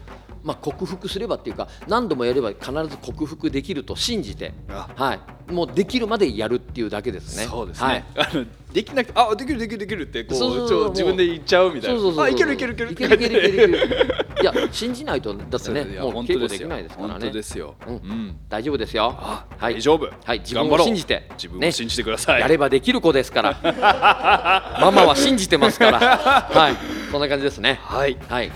[SPEAKER 1] まあ、克服すればっていうか何度もやれば必ず克服できると信じて、
[SPEAKER 2] あ
[SPEAKER 1] はい、もうできるまでやるっていうだけですね。
[SPEAKER 2] そうですね、
[SPEAKER 1] はい
[SPEAKER 2] あのできなくてあできるできるできるってこう
[SPEAKER 1] そうそうそう
[SPEAKER 2] ちょ自分で言っちゃうみた
[SPEAKER 1] そ
[SPEAKER 2] いな
[SPEAKER 1] うそうそう
[SPEAKER 2] あいけるいけるいける
[SPEAKER 1] いけるいけるいけるいけるいや信じないとだってね
[SPEAKER 2] いや
[SPEAKER 1] もう
[SPEAKER 2] 本
[SPEAKER 1] 稽
[SPEAKER 2] 当
[SPEAKER 1] 古
[SPEAKER 2] で
[SPEAKER 1] ですき
[SPEAKER 2] よ
[SPEAKER 1] ないですから
[SPEAKER 2] 本当で
[SPEAKER 1] ね
[SPEAKER 2] すよ、
[SPEAKER 1] うん
[SPEAKER 2] うん
[SPEAKER 1] 大丈夫ですよ
[SPEAKER 2] あ、
[SPEAKER 1] はい
[SPEAKER 2] 大丈夫、
[SPEAKER 1] はい自分
[SPEAKER 2] 頑張
[SPEAKER 1] を
[SPEAKER 2] ろう
[SPEAKER 1] 信じて
[SPEAKER 2] 自分
[SPEAKER 1] ね
[SPEAKER 2] を信じてください、
[SPEAKER 1] やればできる子ですから (laughs) ママは信じてます
[SPEAKER 2] (laughs)
[SPEAKER 1] からはいそんな感じですね
[SPEAKER 2] はい (laughs)
[SPEAKER 1] はい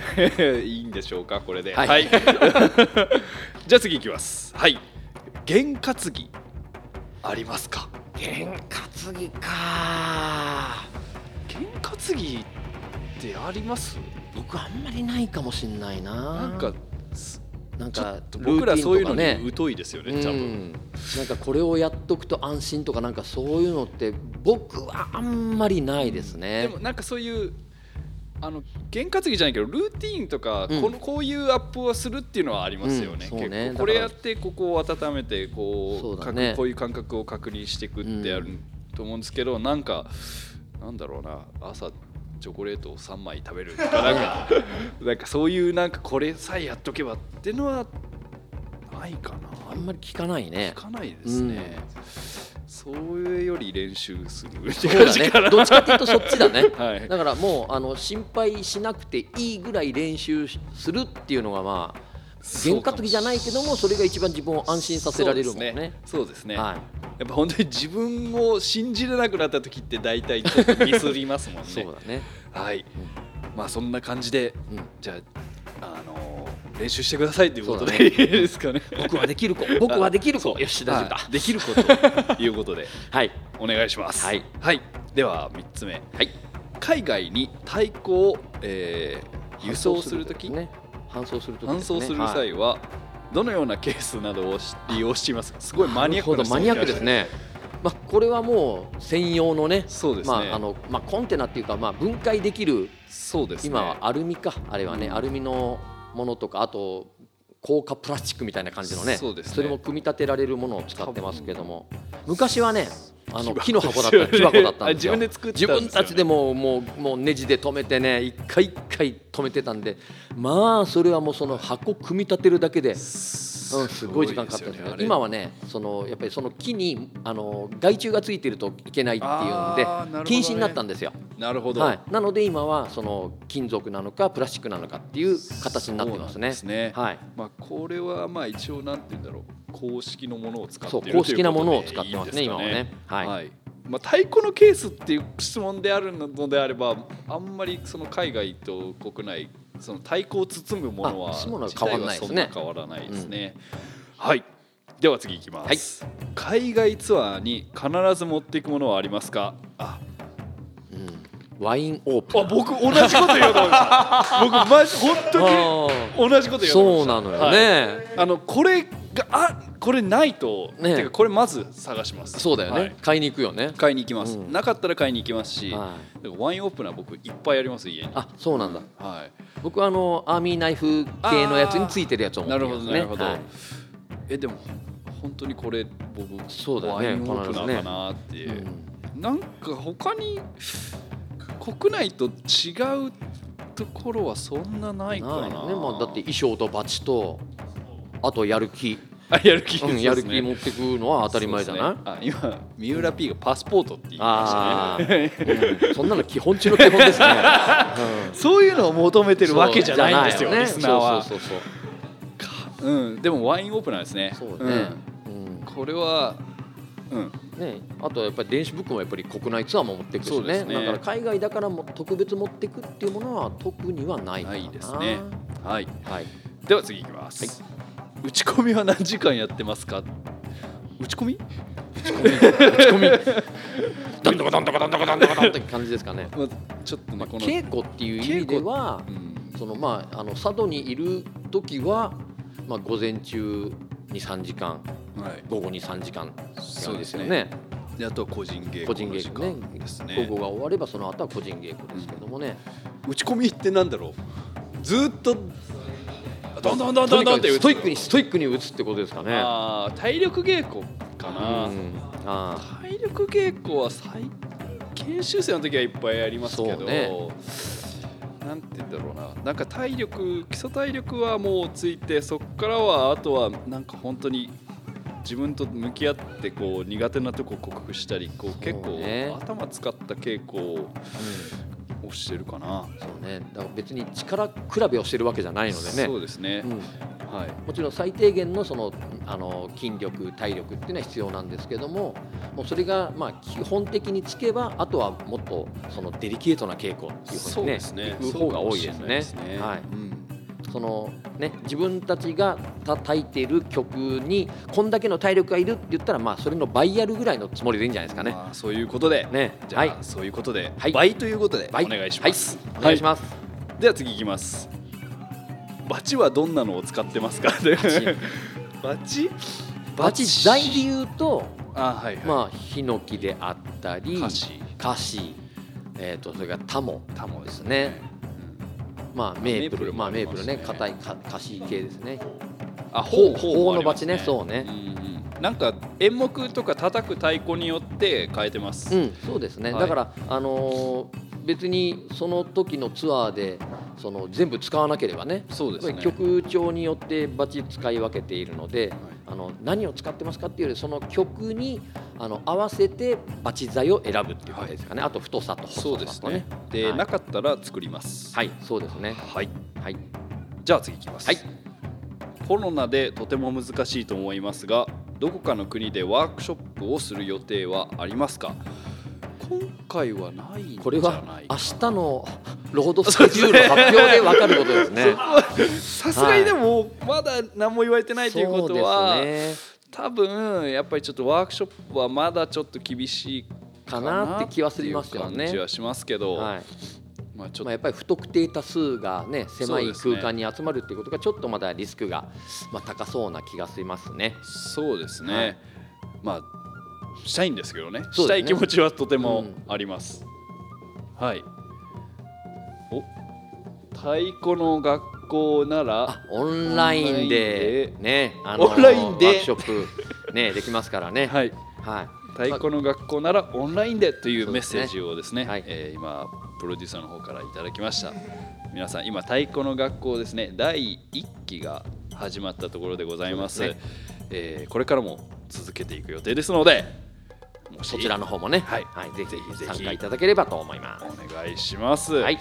[SPEAKER 2] いいんでしょうかこれで
[SPEAKER 1] は
[SPEAKER 2] はい (laughs) じゃあ次いきますはい験担ぎありますか
[SPEAKER 1] 験担ぎか
[SPEAKER 2] 験担ぎってあります
[SPEAKER 1] 僕あんまりないかもしんないなな
[SPEAKER 2] なんかす
[SPEAKER 1] なん
[SPEAKER 2] ちょ
[SPEAKER 1] か
[SPEAKER 2] っと僕らそういうの
[SPEAKER 1] ルーティンとか
[SPEAKER 2] に疎いですよね多
[SPEAKER 1] う
[SPEAKER 2] 分
[SPEAKER 1] ん、なんかこれをやっとくと安心とかなんかそういうのって僕はあんまりないです
[SPEAKER 2] で
[SPEAKER 1] ね
[SPEAKER 2] も。なんかそういうあの験担ぎじゃないけどルーティーンとか、
[SPEAKER 1] うん
[SPEAKER 2] このこういうアップをするっていうのはありますよね,、
[SPEAKER 1] うんそうねだ
[SPEAKER 2] 結
[SPEAKER 1] から
[SPEAKER 2] 構これやってここを温めて
[SPEAKER 1] そ
[SPEAKER 2] こ
[SPEAKER 1] う
[SPEAKER 2] う
[SPEAKER 1] だね
[SPEAKER 2] かこういう感覚を確認していくってや
[SPEAKER 1] う
[SPEAKER 2] ると思うんですけど、なんかなんだろうな朝チョコレートを3枚食べるとかなんかなんかそういうなんかこれさえやっとけばっていうのはないかな
[SPEAKER 1] あんまり聞かないね
[SPEAKER 2] 聞。かないですね、それより練習するっ
[SPEAKER 1] そ
[SPEAKER 2] て
[SPEAKER 1] う
[SPEAKER 2] 感
[SPEAKER 1] だ
[SPEAKER 2] じ
[SPEAKER 1] ね
[SPEAKER 2] かな。。
[SPEAKER 1] どっちかっていうとそっちだね。
[SPEAKER 2] (laughs) はい
[SPEAKER 1] だからもうあの心配しなくていいぐらい練習しするっていうのがまあ
[SPEAKER 2] そう
[SPEAKER 1] 原
[SPEAKER 2] か
[SPEAKER 1] 価
[SPEAKER 2] も
[SPEAKER 1] 的じゃないけどもそれが一番自分を安心させられるもんね。
[SPEAKER 2] そうですね。そうですね
[SPEAKER 1] は
[SPEAKER 2] やっぱ本当に自分を信じれなくなった時って大体ちょっとミスりますもん
[SPEAKER 1] い。
[SPEAKER 2] ね。
[SPEAKER 1] そうだね。
[SPEAKER 2] はい。まあそんな感じで、 (laughs)
[SPEAKER 1] うん
[SPEAKER 2] じゃああのー練習してくださいということで、
[SPEAKER 1] そう
[SPEAKER 2] いいですかね。
[SPEAKER 1] 僕はできる子。 (laughs) 僕はできる子。
[SPEAKER 2] あ
[SPEAKER 1] よし大丈夫だ。
[SPEAKER 2] はいできることということ
[SPEAKER 1] (laughs)
[SPEAKER 2] で
[SPEAKER 1] はい
[SPEAKER 2] お願いします。
[SPEAKER 1] はい。
[SPEAKER 2] では三つ目、
[SPEAKER 1] はい。
[SPEAKER 2] 海外に太鼓を、えー輸送するとき、
[SPEAKER 1] ね。搬送するとき
[SPEAKER 2] 搬送する際は、どのようなケースなどをし利用していますか。すごいマニアック
[SPEAKER 1] な
[SPEAKER 2] な
[SPEAKER 1] る
[SPEAKER 2] 質
[SPEAKER 1] ほどマ
[SPEAKER 2] 問
[SPEAKER 1] ニアックですね。まあこれはもう専用のね。
[SPEAKER 2] そうですね。
[SPEAKER 1] まああのまあコンテナっていうかまあ分解できる
[SPEAKER 2] そうですね。
[SPEAKER 1] 今はアルミかあれはね、
[SPEAKER 2] うん
[SPEAKER 1] アルミのものとかあと硬化プラスチックみたいな感じのね
[SPEAKER 2] そうですね
[SPEAKER 1] れも組み立てられるものを使ってますけども昔はねあの木
[SPEAKER 2] 木
[SPEAKER 1] の
[SPEAKER 2] 箱
[SPEAKER 1] 箱だった木箱だったんですよ
[SPEAKER 2] あ自分で作ってたんです
[SPEAKER 1] 自
[SPEAKER 2] よね
[SPEAKER 1] 分たちでもうもうもうネジで止めてね一回一回止めてたんでまあそれはもうその箱組み立てるだけで、うん、すごい時間かかったんですけど今
[SPEAKER 2] は
[SPEAKER 1] はねそのやっぱりその木にあの害虫がついてるといけないっていうので、
[SPEAKER 2] あーなるほどね
[SPEAKER 1] 禁止になったんですよ。
[SPEAKER 2] なるほど、
[SPEAKER 1] はい、なので今はその金属なのかプラスチックなのかっていう形になってますね。
[SPEAKER 2] そうなんですね
[SPEAKER 1] はい、
[SPEAKER 2] まあこれはまあ一応なんて言うんだろう公式のものを使って
[SPEAKER 1] そ
[SPEAKER 2] いうる
[SPEAKER 1] 公式な
[SPEAKER 2] とい
[SPEAKER 1] もの
[SPEAKER 2] うこ
[SPEAKER 1] を
[SPEAKER 2] とで
[SPEAKER 1] 使ってます
[SPEAKER 2] い
[SPEAKER 1] ね
[SPEAKER 2] いん
[SPEAKER 1] 今
[SPEAKER 2] か
[SPEAKER 1] はね。はい、
[SPEAKER 2] はいまあ、太鼓のケースっていう質問であるのであればあんまりその海外と国内その太鼓を包むものは
[SPEAKER 1] あ包むのは変わらないですね
[SPEAKER 2] 自体はそんな変わらないですね、はいでは次いきます、海外ツアーに必ず持っていくものはありますかあ
[SPEAKER 1] うん、ワインオープン。
[SPEAKER 2] あ僕同じこと言おうと思いました僕マジ本当
[SPEAKER 1] あ
[SPEAKER 2] に同じこと
[SPEAKER 1] ー
[SPEAKER 2] 言お
[SPEAKER 1] そ
[SPEAKER 2] うと思いました
[SPEAKER 1] うなのよ
[SPEAKER 2] はい
[SPEAKER 1] ね。
[SPEAKER 2] あのこれがあこれないと、
[SPEAKER 1] ね
[SPEAKER 2] てかこれまず探します
[SPEAKER 1] そうだよね、
[SPEAKER 2] はい
[SPEAKER 1] 買いに行くよね。
[SPEAKER 2] 買いに行きます、
[SPEAKER 1] うん
[SPEAKER 2] なかったら買いに行きますし、
[SPEAKER 1] はい、
[SPEAKER 2] でもワインオープナー僕いっぱいあります家に
[SPEAKER 1] あそうなんだ。
[SPEAKER 2] は
[SPEAKER 1] 僕はあのアーミーナイフ系のやつについてるやつを
[SPEAKER 2] い
[SPEAKER 1] 持
[SPEAKER 2] な
[SPEAKER 1] って
[SPEAKER 2] る
[SPEAKER 1] き
[SPEAKER 2] ほ
[SPEAKER 1] ます
[SPEAKER 2] ど
[SPEAKER 1] ね。
[SPEAKER 2] なるほど、
[SPEAKER 1] はい
[SPEAKER 2] えでも本当にこれ僕
[SPEAKER 1] そうだよ
[SPEAKER 2] ワ
[SPEAKER 1] ね
[SPEAKER 2] インオープ
[SPEAKER 1] 必
[SPEAKER 2] ナーか
[SPEAKER 1] ずね
[SPEAKER 2] なって、
[SPEAKER 1] うん
[SPEAKER 2] なんか他に国内と違うところはそんなないかな
[SPEAKER 1] ないよね、まあ、だって衣装とバチとあとやる気、
[SPEAKER 2] あやる気、
[SPEAKER 1] うん、やる気持ってくのは当
[SPEAKER 2] 当
[SPEAKER 1] たり前じゃない、
[SPEAKER 2] あ今三浦 P がパスポートって言いま
[SPEAKER 1] あ
[SPEAKER 2] したね
[SPEAKER 1] ー、うんそんなの基本中の基本ですね。うん
[SPEAKER 2] そういうのを求めてるわけじゃないんですよ、
[SPEAKER 1] そうじゃ
[SPEAKER 2] リスナーは
[SPEAKER 1] そうそうそう
[SPEAKER 2] うん、でもワインオープナーですね
[SPEAKER 1] そう。そうね。うん
[SPEAKER 2] うん、これは、うん、
[SPEAKER 1] ね、あとはやっぱり電子ブックもやっぱり国内ツアーも持ってくし
[SPEAKER 2] そうで
[SPEAKER 1] ね
[SPEAKER 2] すね
[SPEAKER 1] だから海外だからも特別持ってくっていうものは特にはないかな
[SPEAKER 2] ないですねはい、
[SPEAKER 1] はい、
[SPEAKER 2] では次いきます、打ち込みは何時間やってますか打ち込み、
[SPEAKER 1] 打ち込みどんどこどんどこどんどこどんどこどんって感じですかね、
[SPEAKER 2] まあ、ちょっとね
[SPEAKER 1] まあ、
[SPEAKER 2] この、
[SPEAKER 1] 稽古っていう意味では
[SPEAKER 2] うん、
[SPEAKER 1] そのまああの佐渡にいる時は、まあ、午前中23時間
[SPEAKER 2] はい、
[SPEAKER 1] 午後23時間そ
[SPEAKER 2] そうう
[SPEAKER 1] で
[SPEAKER 2] ですす
[SPEAKER 1] よ
[SPEAKER 2] よ
[SPEAKER 1] ね
[SPEAKER 2] ねであとは個人稽
[SPEAKER 1] 個
[SPEAKER 2] 古
[SPEAKER 1] 人
[SPEAKER 2] の時
[SPEAKER 1] 稽古
[SPEAKER 2] 間
[SPEAKER 1] ね
[SPEAKER 2] ですね
[SPEAKER 1] 午後が終わればその後は個人稽古ですけどもね、
[SPEAKER 2] 打ち込みってなんだろうずーっとどんどんどんどんどんって打つ
[SPEAKER 1] ストイックにストイックに打つってことですかね。
[SPEAKER 2] あー体力稽古かな、
[SPEAKER 1] うんあ
[SPEAKER 2] 体力稽古は最研修生の時はいっぱいありますけ
[SPEAKER 1] そ
[SPEAKER 2] ど、
[SPEAKER 1] うね
[SPEAKER 2] なんて言うんだろうななんか体力基礎体力はもうついてそこからはあとはなんか本当に自分と向き合ってこう苦手なとこを克服したりこう結
[SPEAKER 1] そう
[SPEAKER 2] 構
[SPEAKER 1] ね
[SPEAKER 2] 頭使った稽古
[SPEAKER 1] ー
[SPEAKER 2] をしてるかな、
[SPEAKER 1] うんそうね。だから別に力比べをしてるわけじゃないので
[SPEAKER 2] そ
[SPEAKER 1] ね。
[SPEAKER 2] うですね、
[SPEAKER 1] うん
[SPEAKER 2] はい
[SPEAKER 1] もちろん最低限のそのあの筋力体力っていうのは必要なんですけども、もうそれがまあ基本的につけばあとはもっとそのデリケートな稽古っていうことね、行く方が多いですね。
[SPEAKER 2] そうかもしれな
[SPEAKER 1] は
[SPEAKER 2] う
[SPEAKER 1] い。
[SPEAKER 2] ん
[SPEAKER 1] そのね自分たちが叩いている曲にこんだけの体力がいるって言ったらまあそれの倍やるぐらいのつもりでいいんじゃないですかね。
[SPEAKER 2] まあそういうことで、
[SPEAKER 1] ね。
[SPEAKER 2] じゃあ、
[SPEAKER 1] はい。
[SPEAKER 2] そういうことで、
[SPEAKER 1] はい
[SPEAKER 2] 倍ということでお
[SPEAKER 1] はい
[SPEAKER 2] 願いします、
[SPEAKER 1] お願いします。
[SPEAKER 2] はいでは次いきますバチはどんなのを使ってますかバ
[SPEAKER 1] チ
[SPEAKER 2] バチ
[SPEAKER 1] バチ材で言うと、
[SPEAKER 2] あはいはい、
[SPEAKER 1] まあヒノキであったり
[SPEAKER 2] カシ
[SPEAKER 1] カシえー、とそれからタモ
[SPEAKER 2] タモ
[SPEAKER 1] ですね、まあメープル
[SPEAKER 2] メープルも
[SPEAKER 1] まあメープルね
[SPEAKER 2] ありますね
[SPEAKER 1] 硬いかカシ系ですね
[SPEAKER 2] うんあ
[SPEAKER 1] ほう
[SPEAKER 2] ほう
[SPEAKER 1] ほうのバチねそうね
[SPEAKER 2] んうんなんか演目とか叩く太鼓によって変えてます、
[SPEAKER 1] うんそうですね、
[SPEAKER 2] はい
[SPEAKER 1] だからあのー別にその時のツアーでその全部使わなければね
[SPEAKER 2] そうですね
[SPEAKER 1] 曲調によってバチ使い分けているので
[SPEAKER 2] はい
[SPEAKER 1] あの何を使ってますかっていうよりその曲にあの合わせてバチ材を選ぶっていうことですかね、あと太さと細さと
[SPEAKER 2] そうですねで、
[SPEAKER 1] はい
[SPEAKER 2] なかったら作ります
[SPEAKER 1] はいそうですね
[SPEAKER 2] はい
[SPEAKER 1] はい
[SPEAKER 2] じゃあ次いきます、
[SPEAKER 1] はい
[SPEAKER 2] コロナでとても難しいと思いますがどこかの国でワークショップをする予定はありますか今回はないんじゃない
[SPEAKER 1] これは明日のロードスケジュールの発表で分かること
[SPEAKER 2] (laughs)
[SPEAKER 1] ですね。
[SPEAKER 2] (laughs) さすがにでもまだ何も言われてないということは、
[SPEAKER 1] そうです
[SPEAKER 2] 多分やっぱりちょっとワークショップはまだちょっと厳しい
[SPEAKER 1] ね、かなって気はすりますよ
[SPEAKER 2] っていう感じ
[SPEAKER 1] ね。
[SPEAKER 2] はしますけど、
[SPEAKER 1] はい
[SPEAKER 2] まあちょ
[SPEAKER 1] ま
[SPEAKER 2] っと
[SPEAKER 1] あ、やっぱり不特定多数が、ね、狭
[SPEAKER 2] そう
[SPEAKER 1] い
[SPEAKER 2] ですね
[SPEAKER 1] 空間に集まるっていうことがちょっとまだリスクが、まあ、高そうな気がしますね。
[SPEAKER 2] そうですね、
[SPEAKER 1] はい
[SPEAKER 2] まあしたいんですけどね
[SPEAKER 1] そうですね
[SPEAKER 2] したい気持ちはとてもあります、はいお太鼓の学校なら
[SPEAKER 1] あオンラインでねあ
[SPEAKER 2] オンラインで
[SPEAKER 1] ワークショップ、
[SPEAKER 2] (laughs)
[SPEAKER 1] ね、できますからね。
[SPEAKER 2] はい
[SPEAKER 1] はい
[SPEAKER 2] 太鼓の学校ならオンラインでという
[SPEAKER 1] そう
[SPEAKER 2] メッ
[SPEAKER 1] です
[SPEAKER 2] セ
[SPEAKER 1] ね
[SPEAKER 2] ージをですね、
[SPEAKER 1] はい
[SPEAKER 2] えー今プロデューサーの方からいただきました皆さん今太鼓の学校ですね第1期が始まったところでございます
[SPEAKER 1] そうです
[SPEAKER 2] えーこれからも続けていく予定ですのでもし
[SPEAKER 1] そちらの方もね、
[SPEAKER 2] はい
[SPEAKER 1] ぜ
[SPEAKER 2] ぜひ
[SPEAKER 1] ひ
[SPEAKER 2] ぜひ
[SPEAKER 1] 参加いただければと思います。
[SPEAKER 2] お願いします、
[SPEAKER 1] はい、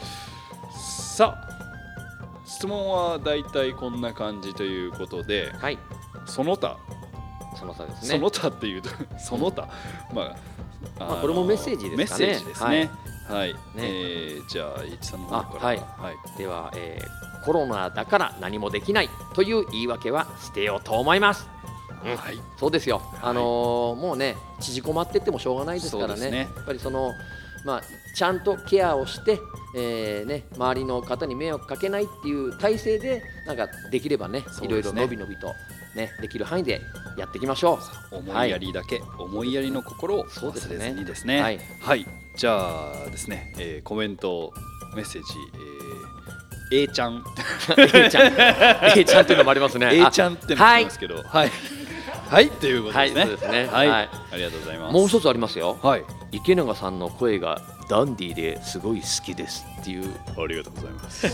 [SPEAKER 2] さあ質問は大体こんな感じということで
[SPEAKER 1] はい、
[SPEAKER 2] その他、
[SPEAKER 1] その差ですね。
[SPEAKER 2] その他っていうとその他まあ、
[SPEAKER 1] まあ
[SPEAKER 2] の
[SPEAKER 1] これもメッセージですかね
[SPEAKER 2] メッセージですねはい、えーじゃあ一さんの方から
[SPEAKER 1] あはい
[SPEAKER 2] はい、
[SPEAKER 1] では、えーコロナだから何もできないという言い訳は捨てようと思います。うん
[SPEAKER 2] はい
[SPEAKER 1] そうですよ、
[SPEAKER 2] い
[SPEAKER 1] あのーもうね、縮こまってってもしょうがないですから
[SPEAKER 2] そうです
[SPEAKER 1] ね、
[SPEAKER 2] ね
[SPEAKER 1] やっぱりその、まあ、ちゃんとケアをして、えーね、周りの方に迷惑かけないっていう体制で、なんかできればね、
[SPEAKER 2] そう
[SPEAKER 1] いろ
[SPEAKER 2] で
[SPEAKER 1] い
[SPEAKER 2] す
[SPEAKER 1] ろ
[SPEAKER 2] ね
[SPEAKER 1] のびのびと、ね、できる範囲でやっていきましょ (laughs)
[SPEAKER 2] 思いやりだけ、思いやりの心を
[SPEAKER 1] そう
[SPEAKER 2] 忘
[SPEAKER 1] です
[SPEAKER 2] れ
[SPEAKER 1] ね
[SPEAKER 2] ずにですね
[SPEAKER 1] はい
[SPEAKER 2] はいじゃあですね、えーコメントメッセージ、えー A ちゃん
[SPEAKER 1] う。A ちゃん、A ちゃんっていうのもありますね。
[SPEAKER 2] A ちゃんってのも
[SPEAKER 1] は
[SPEAKER 2] し
[SPEAKER 1] い
[SPEAKER 2] ますけどはいはいということですね
[SPEAKER 1] はいそうですね
[SPEAKER 2] はい
[SPEAKER 1] はい
[SPEAKER 2] ありがとうございま
[SPEAKER 1] あ
[SPEAKER 2] す
[SPEAKER 1] もう一つありますよ。
[SPEAKER 2] はい
[SPEAKER 1] 池永さんの声がダンディーですごい好きですっていう。
[SPEAKER 2] ありがとうござ
[SPEAKER 1] (laughs)
[SPEAKER 2] います。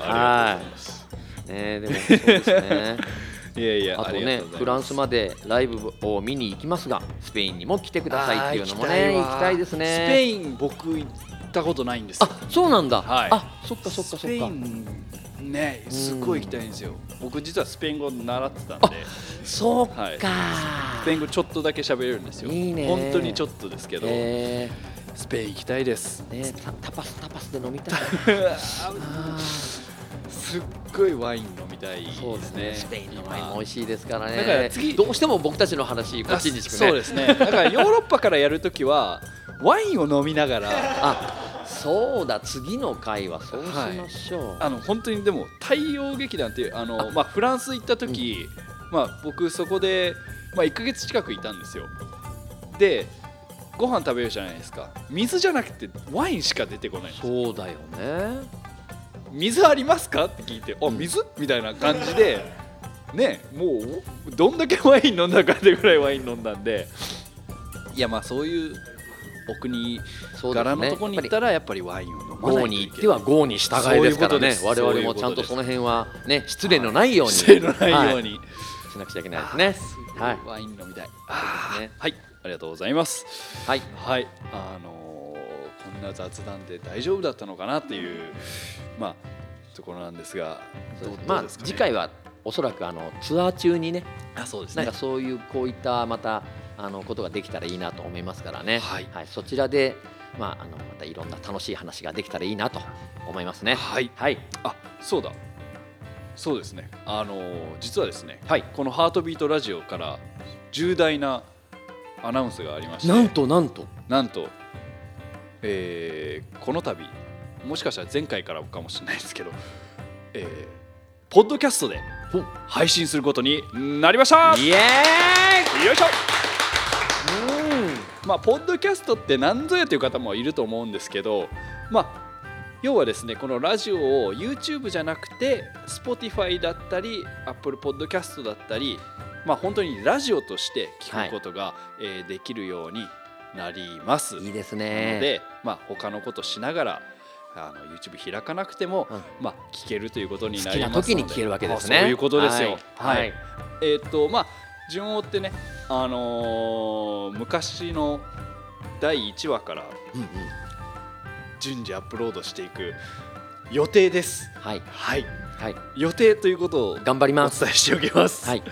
[SPEAKER 1] はいねえ、でもそうですね。
[SPEAKER 2] いやいや、
[SPEAKER 1] あと
[SPEAKER 2] りが
[SPEAKER 1] ね
[SPEAKER 2] うございます
[SPEAKER 1] フランスまでライブを見に行きますがスペインにも来てくださいっていうのも
[SPEAKER 2] あー
[SPEAKER 1] ね行き
[SPEAKER 2] わ
[SPEAKER 1] たいですね
[SPEAKER 2] スペイン僕行ったことないんですよ。
[SPEAKER 1] あそうなんだ、
[SPEAKER 2] はい
[SPEAKER 1] あそっかそっか
[SPEAKER 2] ス
[SPEAKER 1] そ
[SPEAKER 2] ペ
[SPEAKER 1] っ
[SPEAKER 2] イ
[SPEAKER 1] か
[SPEAKER 2] ンね、すっごい行きたいんですよ。僕実はスペイン語習ってたんで、
[SPEAKER 1] そっか、
[SPEAKER 2] はいスペイン語ちょっとだけ喋れるんですよ。
[SPEAKER 1] いいね
[SPEAKER 2] 本当にちょっとですけど、
[SPEAKER 1] え
[SPEAKER 2] スペイン行きたい
[SPEAKER 1] (laughs)
[SPEAKER 2] です。
[SPEAKER 1] ーねタタパスタパスで飲みたい
[SPEAKER 2] (laughs)
[SPEAKER 1] あー
[SPEAKER 2] すっごいワイン飲みたいですね。
[SPEAKER 1] そうですねスペインのワインも美味しいですからね
[SPEAKER 2] だから次
[SPEAKER 1] どうしても僕たちの話こっちにしくね
[SPEAKER 2] そうですね。だからヨーロッパからやるとき
[SPEAKER 1] (laughs)
[SPEAKER 2] はワインを飲みながら。
[SPEAKER 1] あそうだ次の回はそうしましょう、
[SPEAKER 2] あの本当にでも太陽劇団っていうあのまあ、フランス行った時、まあ、僕そこで、まあ、1ヶ月近くいたんですよでご飯食べるじゃないですか水じゃなくてワインしか出てこないんです
[SPEAKER 1] そうだよね
[SPEAKER 2] 水ありますかって聞いて「あ水?」みたいな感じでねもうおどんだけワイン飲んだかってぐらいワイン飲んだんでいやまあそういうお国
[SPEAKER 1] そうですね
[SPEAKER 2] 柄のとこに行ったらやっぱりワインを飲まない
[SPEAKER 1] 豪
[SPEAKER 2] と
[SPEAKER 1] に
[SPEAKER 2] い
[SPEAKER 1] 行っ
[SPEAKER 2] け
[SPEAKER 1] て
[SPEAKER 2] ない
[SPEAKER 1] は豪に従いですからね
[SPEAKER 2] そういうことです
[SPEAKER 1] 我々もちゃんとその辺はね失礼のないように、
[SPEAKER 2] 失礼のないよう
[SPEAKER 1] は
[SPEAKER 2] に。
[SPEAKER 1] いしなくちゃいけないですねはい
[SPEAKER 2] ワイン飲みたい。
[SPEAKER 1] そうですね
[SPEAKER 2] はい、ありがとうございます。
[SPEAKER 1] はい
[SPEAKER 2] はい、あのーこんな雑談で大丈夫だったのかなっていうまあところなんですが、
[SPEAKER 1] そうです
[SPEAKER 2] どう
[SPEAKER 1] ま
[SPEAKER 2] ど
[SPEAKER 1] あ
[SPEAKER 2] うですかね
[SPEAKER 1] 次回はおそらくあのツアー中にね
[SPEAKER 2] あそうです
[SPEAKER 1] なん
[SPEAKER 2] ね
[SPEAKER 1] か。そういうこういったまたあのことができたらいいなと思いますからね
[SPEAKER 2] はい
[SPEAKER 1] そちらでまああのまたいろんな楽しい話ができたらいいなと思いますね
[SPEAKER 2] はい
[SPEAKER 1] はい
[SPEAKER 2] あそうだ。そうですね。あのー実はですね、はい、このハートビートラジオから重大なアナウンスがありまして、
[SPEAKER 1] なんとなんと
[SPEAKER 2] なんと、えーこの度もしかしたら前回からかもしれないですけど、えーポッドキャストで配信することになりましたよ
[SPEAKER 1] イエ
[SPEAKER 2] いしょ
[SPEAKER 1] ーイ、
[SPEAKER 2] まあ、ポッドキャストって何ぞやという方もいると思うんですけど、まあ、要はですねこのラジオを YouTube じゃなくて Spotify だったり Apple Podcast だったり、まあ、本当にラジオとして聞くことが、えーできるようになります
[SPEAKER 1] うん、いい
[SPEAKER 2] の
[SPEAKER 1] ですね
[SPEAKER 2] で、まあ、他のことしながらあの YouTube 開かなくても、
[SPEAKER 1] うん
[SPEAKER 2] まあ、聞けるということに
[SPEAKER 1] 好
[SPEAKER 2] な
[SPEAKER 1] き
[SPEAKER 2] り
[SPEAKER 1] な
[SPEAKER 2] ますので
[SPEAKER 1] 時に聞けるわけですね
[SPEAKER 2] あそういうことですよ。
[SPEAKER 1] はい、はい
[SPEAKER 2] えーっとまあ順を追ってね、あのー昔の第1話から
[SPEAKER 1] うんうん
[SPEAKER 2] 順次アップロードしていく予定です
[SPEAKER 1] はい
[SPEAKER 2] はい
[SPEAKER 1] はい
[SPEAKER 2] 予定ということをお伝
[SPEAKER 1] 頑張り
[SPEAKER 2] え
[SPEAKER 1] ます
[SPEAKER 2] しておきます
[SPEAKER 1] はい、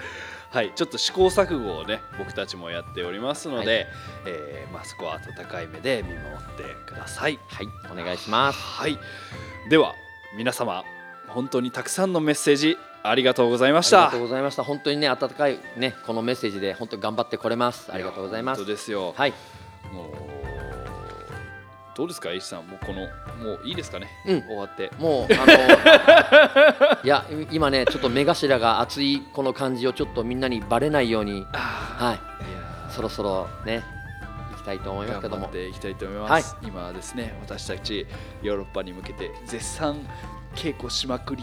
[SPEAKER 2] はいちょっと試行錯誤をね僕たちもやっておりますので、
[SPEAKER 1] は
[SPEAKER 2] えーまあ、そこは温かい目で見守ってください
[SPEAKER 1] はい、お願いします
[SPEAKER 2] はいでは皆様本当にたくさんのメッセージありがとうございまし
[SPEAKER 1] ありが
[SPEAKER 2] た
[SPEAKER 1] とうございました。本当にね、温かいね、このメッセージで、本当に頑張ってこれます。ありがとうございます
[SPEAKER 2] や本当。ですよ、
[SPEAKER 1] はい、
[SPEAKER 2] もうどうですか、エイジさん、もうこのもういいですかね、
[SPEAKER 1] うん
[SPEAKER 2] 終わって。
[SPEAKER 1] もう、あ
[SPEAKER 2] (laughs)
[SPEAKER 1] の。いや、今ね、ちょっと目頭が熱い、この感じをちょっとみんなにバレないように。
[SPEAKER 2] は
[SPEAKER 1] はい、
[SPEAKER 2] いや
[SPEAKER 1] そろそろね、行きたいと思いますけ
[SPEAKER 2] ー、
[SPEAKER 1] ど
[SPEAKER 2] 頑張
[SPEAKER 1] も
[SPEAKER 2] っ。ていきたいと思います。今はですね、私たちヨーロッパに向けて絶賛稽古しまくり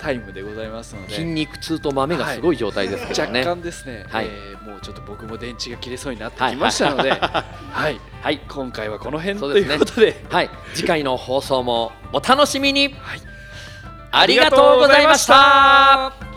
[SPEAKER 2] タイムでございますの
[SPEAKER 1] 筋
[SPEAKER 2] で。
[SPEAKER 1] 肉痛と豆がすごい状態ですけど
[SPEAKER 2] 若
[SPEAKER 1] ね。
[SPEAKER 2] 干ですね、
[SPEAKER 1] はい
[SPEAKER 2] えーもうちょっと僕も電池が切れそうになってきまし
[SPEAKER 1] (laughs)
[SPEAKER 2] たので、はい、
[SPEAKER 1] はい、
[SPEAKER 2] 今回はこの辺
[SPEAKER 1] そう
[SPEAKER 2] と
[SPEAKER 1] で
[SPEAKER 2] い
[SPEAKER 1] すね
[SPEAKER 2] うことで、
[SPEAKER 1] (laughs) はい、次回の放送もお楽しみに。
[SPEAKER 2] はい
[SPEAKER 1] ありがとうございました。 (laughs)